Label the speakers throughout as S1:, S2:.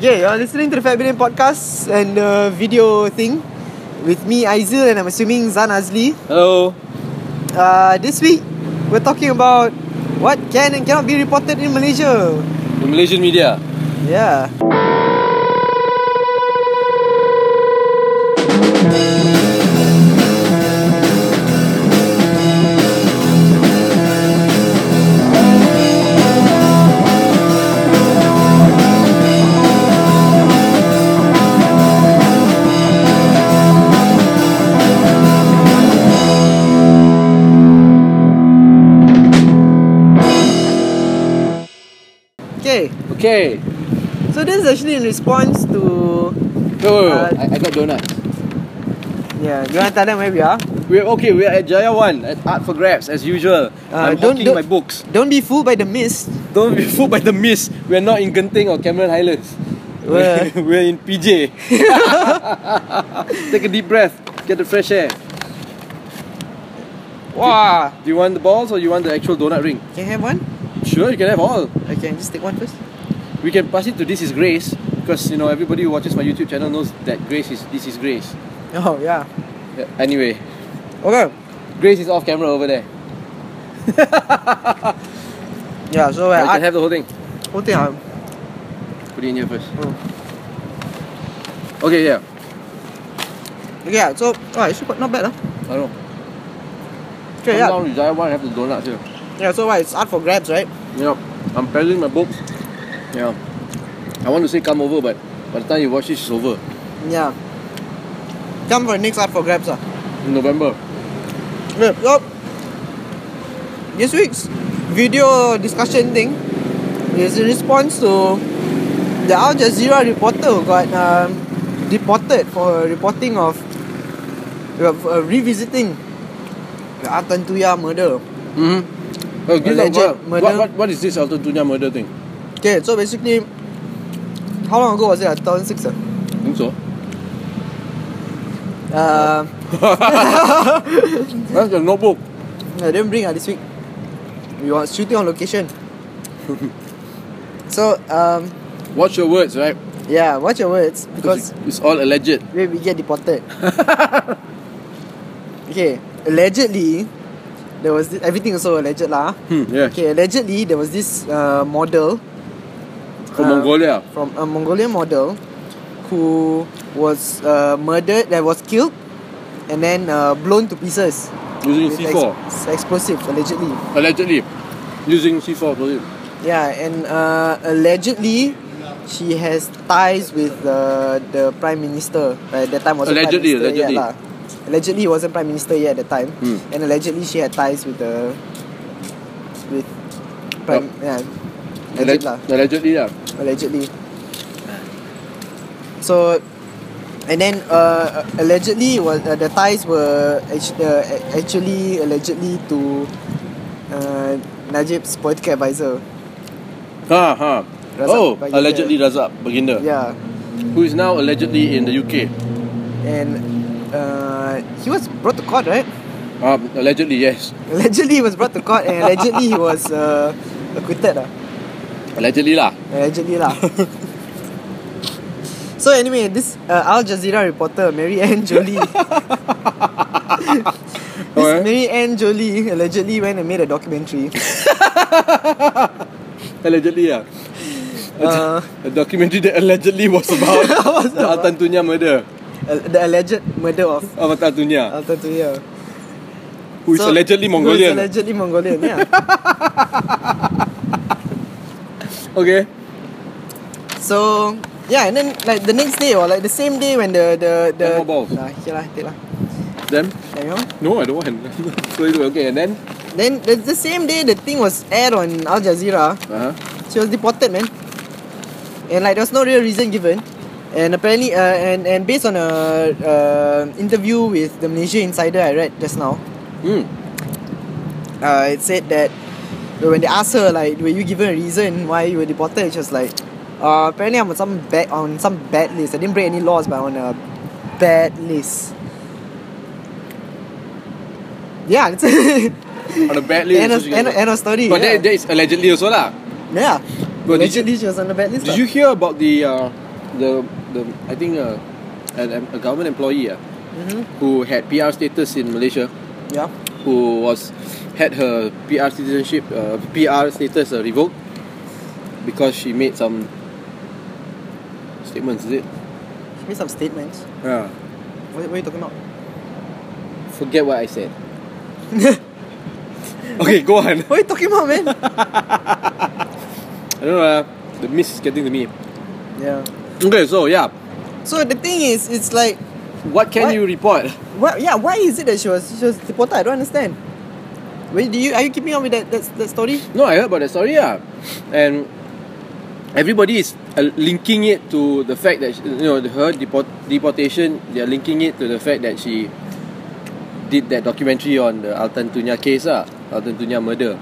S1: Yeah, you're listening to the Fat Billion podcast and uh, video thing with me, Aizil, and I'm assuming Zan Azli.
S2: Hello.
S1: Uh, this week, we're talking about what can and cannot be reported in Malaysia.
S2: The Malaysian media.
S1: Yeah. Okay,
S2: Okay.
S1: so this is actually in response to.
S2: Wait, wait, wait.
S1: Uh,
S2: I, I got donuts.
S1: Yeah, you want to tell them where we are?
S2: We're okay. We're at Jaya One at Art for Grabs as usual.
S1: Uh,
S2: I'm
S1: don't-
S2: hawking
S1: don't-
S2: my books.
S1: Don't be fooled by the mist.
S2: Don't be fooled by the mist. We're not in Genting or Cameron Highlands.
S1: Where?
S2: We're in PJ. Take a deep breath. Get the fresh air.
S1: Wow.
S2: Do you want the balls or you want the actual donut ring?
S1: Can I have one?
S2: Sure, you can have all.
S1: Okay, just take one first.
S2: We can pass it to This Is Grace because you know everybody who watches my YouTube channel knows that Grace is This Is Grace.
S1: Oh, yeah.
S2: Yeah, anyway,
S1: Okay.
S2: Grace is off camera over there.
S1: Yeah, so
S2: I
S1: I,
S2: can have the whole thing.
S1: One thing uh, I'm-
S2: Put it in here first.
S1: Oh.
S2: Okay, yeah.
S1: Okay, yeah, so oh, actually quite not bad. Huh?
S2: I know.
S1: Okay,
S2: Come
S1: yeah.
S2: down to Jaya One and have the donuts here.
S1: Yeah, so why it's art for grabs, right?
S2: Yeah, I'm peddling my books. Yeah. I want to say come over, but by the time you watch this, it's over.
S1: Yeah. Come for next art for grabs. Ah.
S2: In November.
S1: Okay, so oh. this week's video discussion thing is in response to the Al Jazeera reporter who got um, deported for her reporting of uh, for revisiting the Atantuya murder.
S2: Mm-hmm. Oh, give
S1: Alleged
S2: up, what,
S1: murder.
S2: what, what, what is this Alton Dunya murder thing?
S1: Okay, so basically, how long ago was it? 2006. ah?
S2: I think so.
S1: Uh,
S2: That's the notebook.
S1: I didn't bring her this week. We were shooting on location. so, um,
S2: Watch your words, right?
S1: yeah, watch your words because
S2: it's all alleged.
S1: we, we get deported. okay, allegedly, there was this, everything also alleged lah.
S2: Hmm, yeah.
S1: Okay, allegedly there was this uh, model
S2: From
S1: uh,
S2: Mongolia.
S1: from a Mongolian model who was uh, murdered, that was killed, and then uh, blown to pieces
S2: Using
S1: with
S2: C4.
S1: ex- explosives allegedly.
S2: Allegedly. Using C4 for it.
S1: Yeah, and uh, allegedly, she has ties with uh, the prime minister. Uh, at that time wasn't
S2: Allegedly,
S1: prime minister yet
S2: allegedly.
S1: lah. Allegedly, he wasn't prime minister yet at the time,
S2: Hmm.
S1: and allegedly she had ties with the with prime yeah. Alleged lah,
S2: Alleg- Allegedly, yeah.
S1: allegedly. So, and then uh, allegedly was uh, the ties were actu- uh, actually allegedly to uh, Najib's political advisor.
S2: Ha ha.
S1: Razak
S2: oh,
S1: Baginda.
S2: allegedly Razak Baginda,
S1: Yeah.
S2: who is now allegedly in the UK.
S1: and uh, he was brought to court, right?
S2: Um, allegedly, yes.
S1: Allegedly, he was brought to court, and allegedly he was uh, acquitted. Uh.
S2: Allegedly lah.
S1: Allegedly, lah. so anyway, this uh, Al Jazeera reporter Mary Ann Jolie, this
S2: Alright.
S1: Mary Ann Jolie allegedly went and made a documentary.
S2: Allegedly, yeah.
S1: Uh,
S2: A documentary that allegedly was about the Altan Tunya murder
S1: al- the alleged murder of
S2: of Altan Tunya,
S1: Al Tatuya.
S2: who is allegedly
S1: Who is
S2: Mongolian.
S1: allegedly Mongolian, yeah.
S2: okay.
S1: So yeah, and then like the next day or like the same day when the the the
S2: Ten more balls.
S1: Nah, here lah, take lah.
S2: Then?
S1: There you go.
S2: No, I don't want. so it's okay, and then?
S1: Then the, the same day the thing was aired on Al Jazeera,
S2: Uh-huh.
S1: she was deported, man. And like there was no real reason given. And apparently, uh, and and based on a uh, interview with the Malaysia Insider I read just now,
S2: Hmm.
S1: uh, it said that when they asked her like, were you given a reason why you were deported? She was like, uh, apparently I'm on some bad on some bad list. I didn't break any laws, but I'm on a bad list. Yeah, it's
S2: On a bad list.
S1: end,
S2: so
S1: of,
S2: she can-
S1: end, of, end of story.
S2: but
S1: yeah.
S2: that, that is allegedly also lah.
S1: yeah.
S2: But did you-
S1: Allegedly, she was on the bad list.
S2: Did
S1: lah.
S2: you hear about the uh, the the I think uh, a, a government employee uh,
S1: Mm-hmm.
S2: who had PR status in Malaysia,
S1: Yeah.
S2: who was had her PR citizenship uh, PR status uh, revoked because she made some statements. Is it?
S1: She made some statements.
S2: Yeah.
S1: What, what are you talking about?
S2: Forget what I said. okay, go on.
S1: What are you talking about, man?
S2: I don't know. Uh, the mist is getting to me.
S1: yeah.
S2: Okay, so yeah,
S1: So the thing is, it's like,
S2: what can
S1: What?
S2: you report?
S1: what? Yeah. Why is it that she was she was deported? I don't understand. Wait, do you are you keeping up with that that, that story?
S2: No, I heard about that story, yeah. And everybody is uh, linking it to the fact that, you know, her deport- deportation, they're linking it to the fact that she did that documentary on the Altan Tunya case, ah, Altan Tunya murder.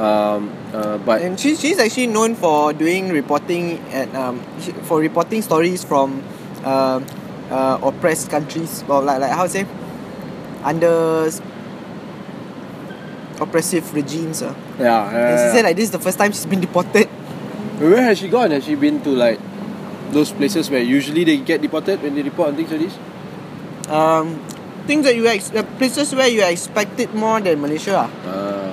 S2: Um, uh, but,
S1: And she she's actually known for doing reporting at um she- for reporting stories from um uh, oppressed countries or like like how to say under s- oppressive regimes. Uh.
S2: yeah. yeah,
S1: And she
S2: yeah.
S1: said like this is the first time she's been deported.
S2: Where has she gone? Has she been to, like, those places where usually they get deported when they report on things like this?
S1: Um, things that you ex- uh, places where you expected more than Malaysia. ah.
S2: Uh,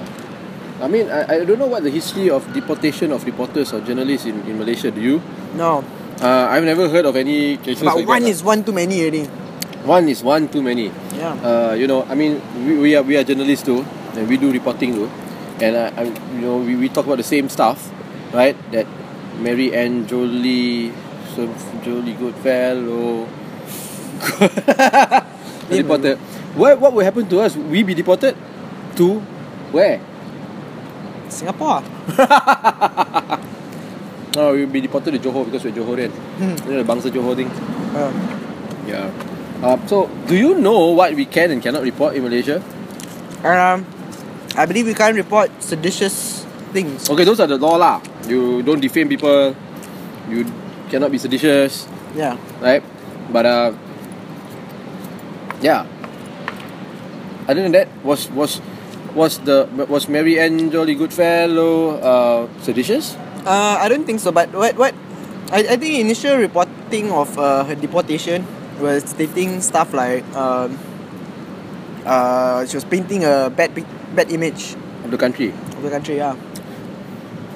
S2: I mean, I, I don't know what the history of deportation of reporters or journalists in, in Malaysia, do you?
S1: No,
S2: Uh, I've never heard of any cases
S1: but
S2: like
S1: one
S2: that.
S1: is one too many already.
S2: one is one too many.
S1: Yeah.
S2: Uh, you know, I mean, we, we are we are journalists too, and we do reporting too, and uh, I, you know, we, we talk about the same stuff, right? That Mary Ann Jolie, some Jolie Goodfellow, deported. What what will happen to us? We be deported to where?
S1: Singapore. ah.
S2: No, we'll be deported to Johor because we're Johorian.
S1: Hmm.
S2: You know, the Bangsa Johor thing.
S1: Uh,
S2: Yeah. Uh, so, do you know what we can and cannot report in Malaysia?
S1: um, I believe we can't report seditious things.
S2: Okay, those are the law lah. You don't defame people. You cannot be seditious,
S1: Yeah.
S2: right? But uh, yeah. Other than that, was was was the was Mary Ann Jolly Goodfellow uh, seditious?
S1: Uh, I don't think so. But what what? I, I think initial reporting of uh, her deportation was stating stuff like um, uh, she was painting a bad pic- bad image
S2: Of the country.
S1: of the country. Yeah.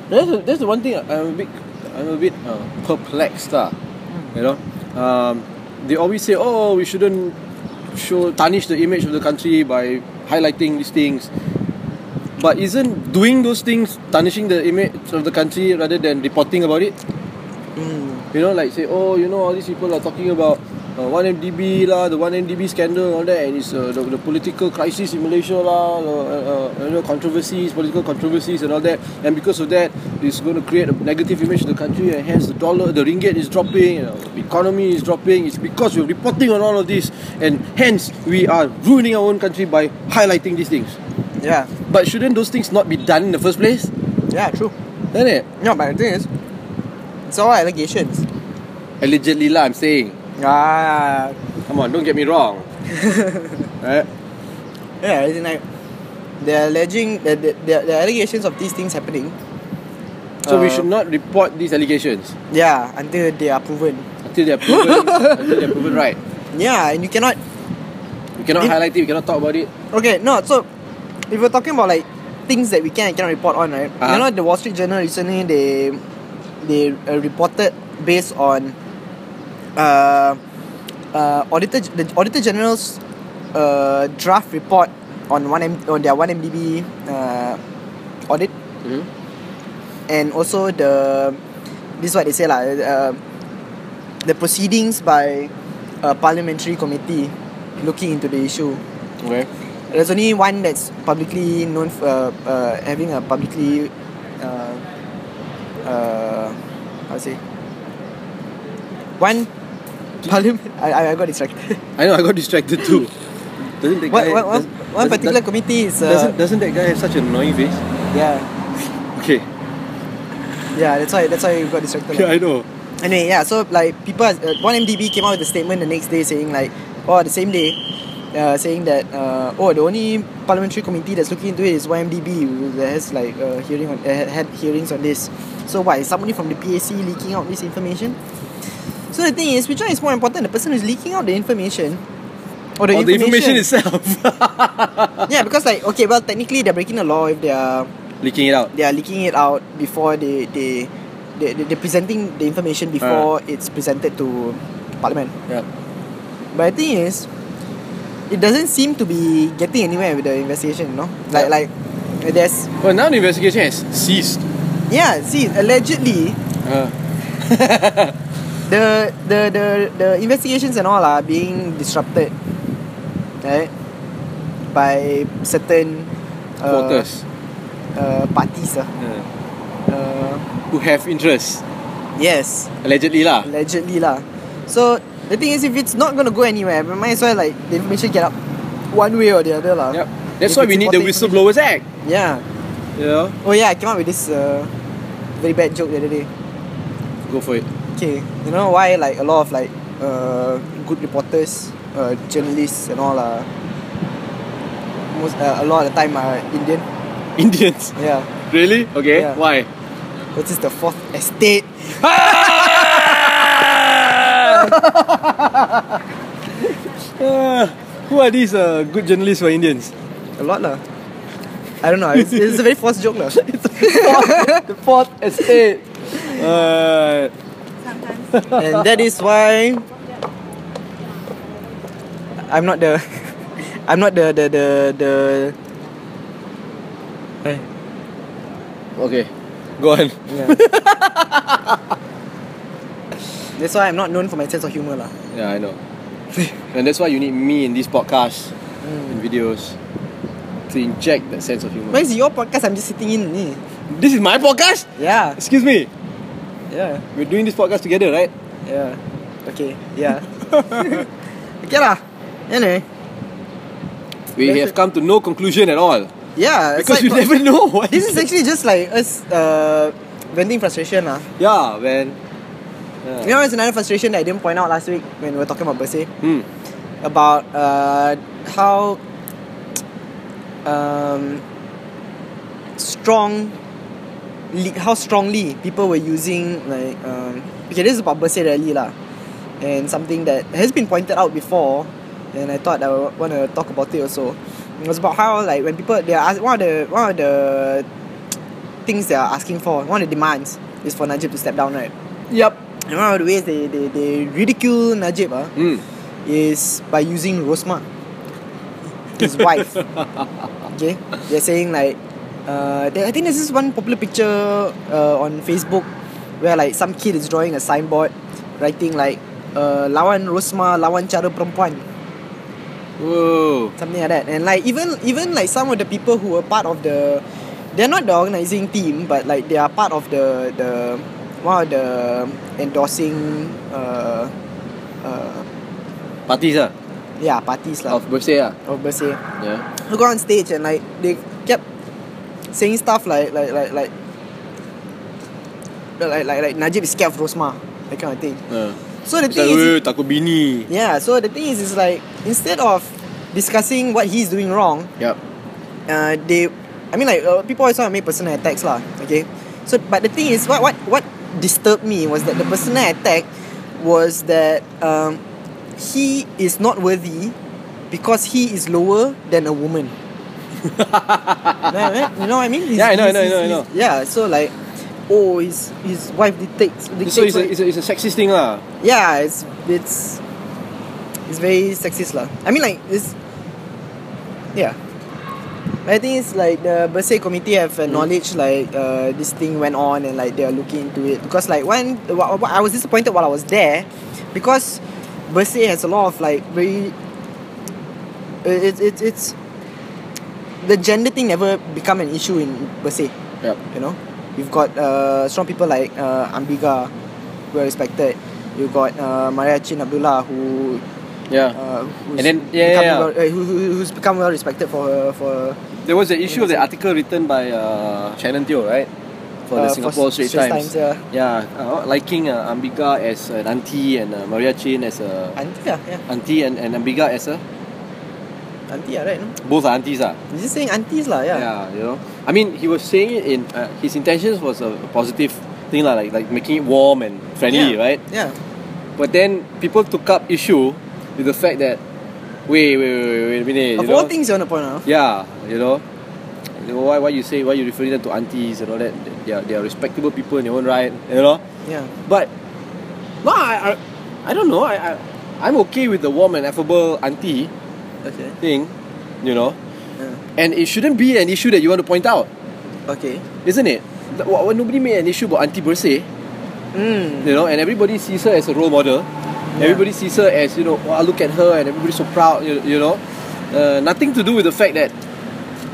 S2: That's the, that's the one thing I'm a bit I'm a bit uh, perplexed lah. You know, um, they always say, oh, we shouldn't show tarnish the image of the country by highlighting these things. But isn't doing those things tarnishing the image of the country rather than reporting about it?
S1: Mm.
S2: You know, like say, oh, you know, all these people are talking about uh, 1MDB lah, the 1MDB scandal and all that, and it's uh, the, the political crisis in Malaysia lah, uh, uh, uh, you know, controversies, political controversies and all that. And because of that, it's going to create a negative image of the country, and hence the dollar, the ringgit is dropping, you know, the economy is dropping. It's because we're reporting on all of this, and hence we are ruining our own country by highlighting these things.
S1: Yeah.
S2: But shouldn't those things not be done in the first place?
S1: Yeah. True.
S2: Isn't it?
S1: No, but the thing is, it's all allegations.
S2: Allegedly lah, I'm saying.
S1: Ah.
S2: Come on, don't get me wrong. right?
S1: Yeah, as in like they're alleging that the, the, the allegations of these things happening.
S2: So we
S1: Uh,
S2: should not report these allegations
S1: Yeah, until they are proven.
S2: until they're proven until they're proven right.
S1: Yeah, and you cannot.
S2: We cannot
S1: If-
S2: highlight it. We cannot talk about it.
S1: Okay, no. So if we're talking about like things that we can and cannot report on, right?
S2: Uh-huh.
S1: You know, the Wall Street Journal recently they they uh, reported based on uh, uh, auditor the auditor general's uh, draft report on one M, on their one MDB uh, audit.
S2: Mm-hmm.
S1: and also the this is what they say lah uh, the proceedings by a parliamentary committee looking into the issue.
S2: Okay.
S1: There's only one that's publicly known for uh, uh, having a publicly uh, uh, how to say one parliament. I, I- I got distracted.
S2: I know. I got distracted too. Doesn't that
S1: one, one,
S2: guy?
S1: one, one
S2: does- doesn't-
S1: particular committee is
S2: Does,
S1: uh,
S2: doesn't doesn't that guy have such an annoying face?
S1: yeah
S2: Okay.
S1: yeah that's why that's why you got distracted.
S2: Yeah, I know.
S1: Anyway, yeah, so like people, uh, one MDB came out with a statement the next day saying like, or the same day, uh, saying that uh, oh the only parliamentary committee that's looking into it is YMDB that has like uh, hearing on uh, had hearings on this. So why is somebody from the PAC leaking out this information? So the thing is, which one is more important? The person who's leaking out the information. Or
S2: Or Oh, the information itself.
S1: yeah, because like okay, well technically they're breaking the law if they are
S2: Leaking it out.
S1: they are leaking it out before they they they they- they're presenting the information before it's presented to Parliament.
S2: Yeah.
S1: But the thing is, it doesn't seem to be getting anywhere with the investigation, no? Like
S2: Yeah.
S1: like there's
S2: Well, now the investigation has ceased.
S1: yeah, see allegedly
S2: Uh,
S1: the the the the investigations and all are being disrupted. Right? By certain uh,
S2: quarters.
S1: uh, parties ah.
S2: Yeah.
S1: uh,
S2: Who have interests.
S1: yes
S2: Allegedly lah.
S1: allegedly lah so the thing is if it's not gonna go anywhere we might as well like the information get up one way or the other lah
S2: Yep. That's
S1: If
S2: why we
S1: it's
S2: need the
S1: important
S2: Whistleblowers Act.
S1: yeah
S2: Yeah.
S1: oh yeah I came up with this uh, very bad joke the other day
S2: Go for it.
S1: okay you know why like a lot of like uh, good reporters uh, journalists and all are most uh, a lot of the time are Indian
S2: Indians.
S1: yeah
S2: Really? Okay.
S1: Yeah.
S2: Why?
S1: this is the fourth estate
S2: Uh, who are these uh, good journalists for Indians?
S1: a lot lah I don't know it's, it's a very forced joke lah
S2: the fourth estate. Uh,
S3: Sometimes.
S1: and that is why I'm not the I'm not the the the the
S2: okay. Go on.
S1: yeah. That's why I'm not known for my sense of humor lah.
S2: Yeah, I know. and that's why you need me in these podcasts and videos to inject that sense of humor.
S1: Why is your podcast I'm just sitting in ni?
S2: This is my podcast?
S1: Yeah.
S2: Excuse me.
S1: Yeah.
S2: We're doing this podcast together, right?
S1: Yeah. Okay. Yeah. okay lah. Anyway.
S2: We
S1: That's
S2: have
S1: it.
S2: come to no conclusion at all.
S1: Yeah. aside
S2: Because you
S1: from-
S2: never know what
S1: This is actually just like us uh, venting frustration lah.
S2: Yeah, man.
S1: You know, it's another frustration that I didn't point out last week when we were talking about Bersih.
S2: Hmm.
S1: about uh, how um, strong li- how strongly people were using like um, okay this is about Bersih rally lah and something that has been pointed out before and I thought I would want to talk about it also it was about how like when people they are ask, one of the one of the things they are asking for one of the demands is for Najib to step down right
S2: Yep.
S1: and one of the ways they, they, they ridicule Najib ah,
S2: Hmm.
S1: is by using Rosma, his wife. Okay, they're saying like, uh, there- I think there's this one popular picture uh, on Facebook where like some kid is drawing a signboard, writing like, uh, lawan Rosma, lawan cara perempuan,
S2: Whoa.
S1: something like that. And like even even like some of the people who were part of the, they're not the organizing team, but like they are part of the the one of the endorsing. Uh, uh,
S2: Parties ah.
S1: yeah, parties lah
S2: Of birthday ah.
S1: of Bersih.
S2: Yeah.
S1: who got on stage and like they kept saying stuff like like like like like like, like Najib is scared of Rosma, that kind of thing.
S2: Uh.
S1: So the
S2: It's like,
S1: thing is,
S2: "Weh, takut bini.
S1: yeah. So the thing is, is like instead of discussing what he's doing wrong,
S2: Yep.
S1: uh, they, I mean like uh, people always want to make personal attacks lah. Okay, so but the thing is, what what what disturbed me was that the personal attack was that um, he is not worthy because he is lower than a woman. you, know, what I mean? You know what I mean? He's-
S2: Yeah, I know, I
S1: he's-
S2: know, I know, I
S1: he's-
S2: know.
S1: he's- Yeah, so like, oh, his his wife dictates. dictates
S2: So it's a,
S1: what-
S2: it's, a, it's a sexist thing lah.
S1: yeah, it's it's it's very sexist lah. I mean like it's yeah. I think it's like the Bersih committee have acknowledged like uh, this thing went on and like they are looking into it because like when wh- wh- I was disappointed while I was there because Bersih has a lot of like very it, it, it, it's the gender thing never become an issue in Bersih
S2: Yep.
S1: you know you've got uh, strong people like uh, Ambiga who are respected you've got uh, Maria Chin Abdullah who
S2: Yeah.
S1: uh, who's
S2: And then- yeah,
S1: become
S2: yeah, yeah.
S1: Well, uh, who, who- who's become well respected for her for
S2: There was the issue of the
S1: Yeah,
S2: article written by uh, Shannon Teo, right? For
S1: uh,
S2: the Singapore
S1: s-
S2: Straits, Times.
S1: yeah
S2: Yeah, uh, liking uh, Ambika as an auntie and uh, Maria Chin as a
S1: auntie yeah, yeah.
S2: auntie and, and Ambika as a
S1: auntie yeah, right no?
S2: both are aunties ah.
S1: you're just saying aunties lah yeah.
S2: you know. I mean, he was saying it in uh, his intentions was a positive thing lah, like like making it warm and friendly,
S1: Yeah.
S2: right?
S1: yeah
S2: But then people took up issue with the fact that wait, wait, wait, wait, wait a minute.
S1: Of
S2: you
S1: all
S2: know?
S1: things you want to point out.
S2: Yeah, you know. You know, Why, why you say why you referring them to aunties and all that? They are, they are respectable people in their own right, you know.
S1: Yeah.
S2: But no, I I, I don't know. I, I I'm okay with the warm and affable auntie
S1: Okay.
S2: thing, you know.
S1: Yeah.
S2: And it shouldn't be an issue that you want to point out,
S1: Okay.
S2: isn't it? Th- wh- wh- nobody made an issue about auntie per se,
S1: Mm.
S2: you know. And everybody sees her as a role model. Everybody sees her as you know. Wow, look at her, and everybody's so proud. You, you know, uh, nothing to do with the fact that.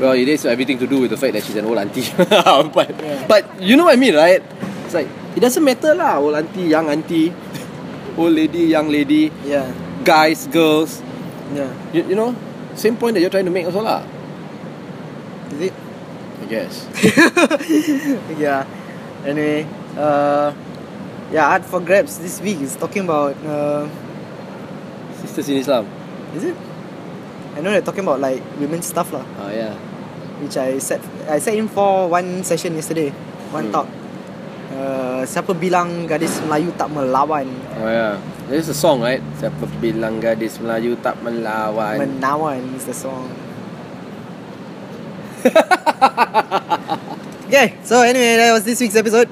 S2: Well, it is everything to do with the fact that she's an old auntie. but
S1: Yeah.
S2: but you know what I mean, right? It's like it doesn't matter lah. Old auntie, young auntie, old lady, young lady,
S1: Yeah.
S2: guys, girls.
S1: Yeah.
S2: You, you know, same point that you're trying to make also lah.
S1: Is it?
S2: I guess.
S1: yeah. Anyway, uh, yeah, Art for Grabs this week is talking about. Uh,
S2: Sisters in Islam.
S1: is it? I know they're talking about like women's stuff lah,
S2: Oh yeah.
S1: which I set I set in for one session yesterday, one
S2: Hmm.
S1: talk. Uh, siapa bilang gadis Melayu tak melawan?
S2: Oh yeah. There's a song, right? Siapa bilang gadis Melayu tak melawan?
S1: Menawan is the song. okay, so anyway, that was this week's episode.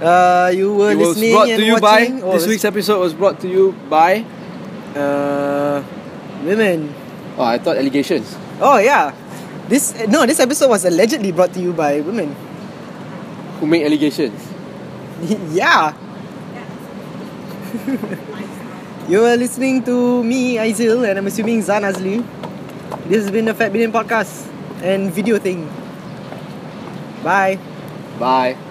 S1: Uh, you were
S2: It was
S1: listening
S2: brought
S1: and
S2: to you by
S1: watching. Oh,
S2: this week's episode was brought to you by
S1: uh, women.
S2: oh I thought allegations.
S1: Oh yeah, this no, this episode was allegedly brought to you by women.
S2: Who make allegations?
S1: yeah. you are listening to me, Aizil, and I'm assuming Zan Azli. This has been the Fat Billion podcast and video thing. Bye.
S2: Bye.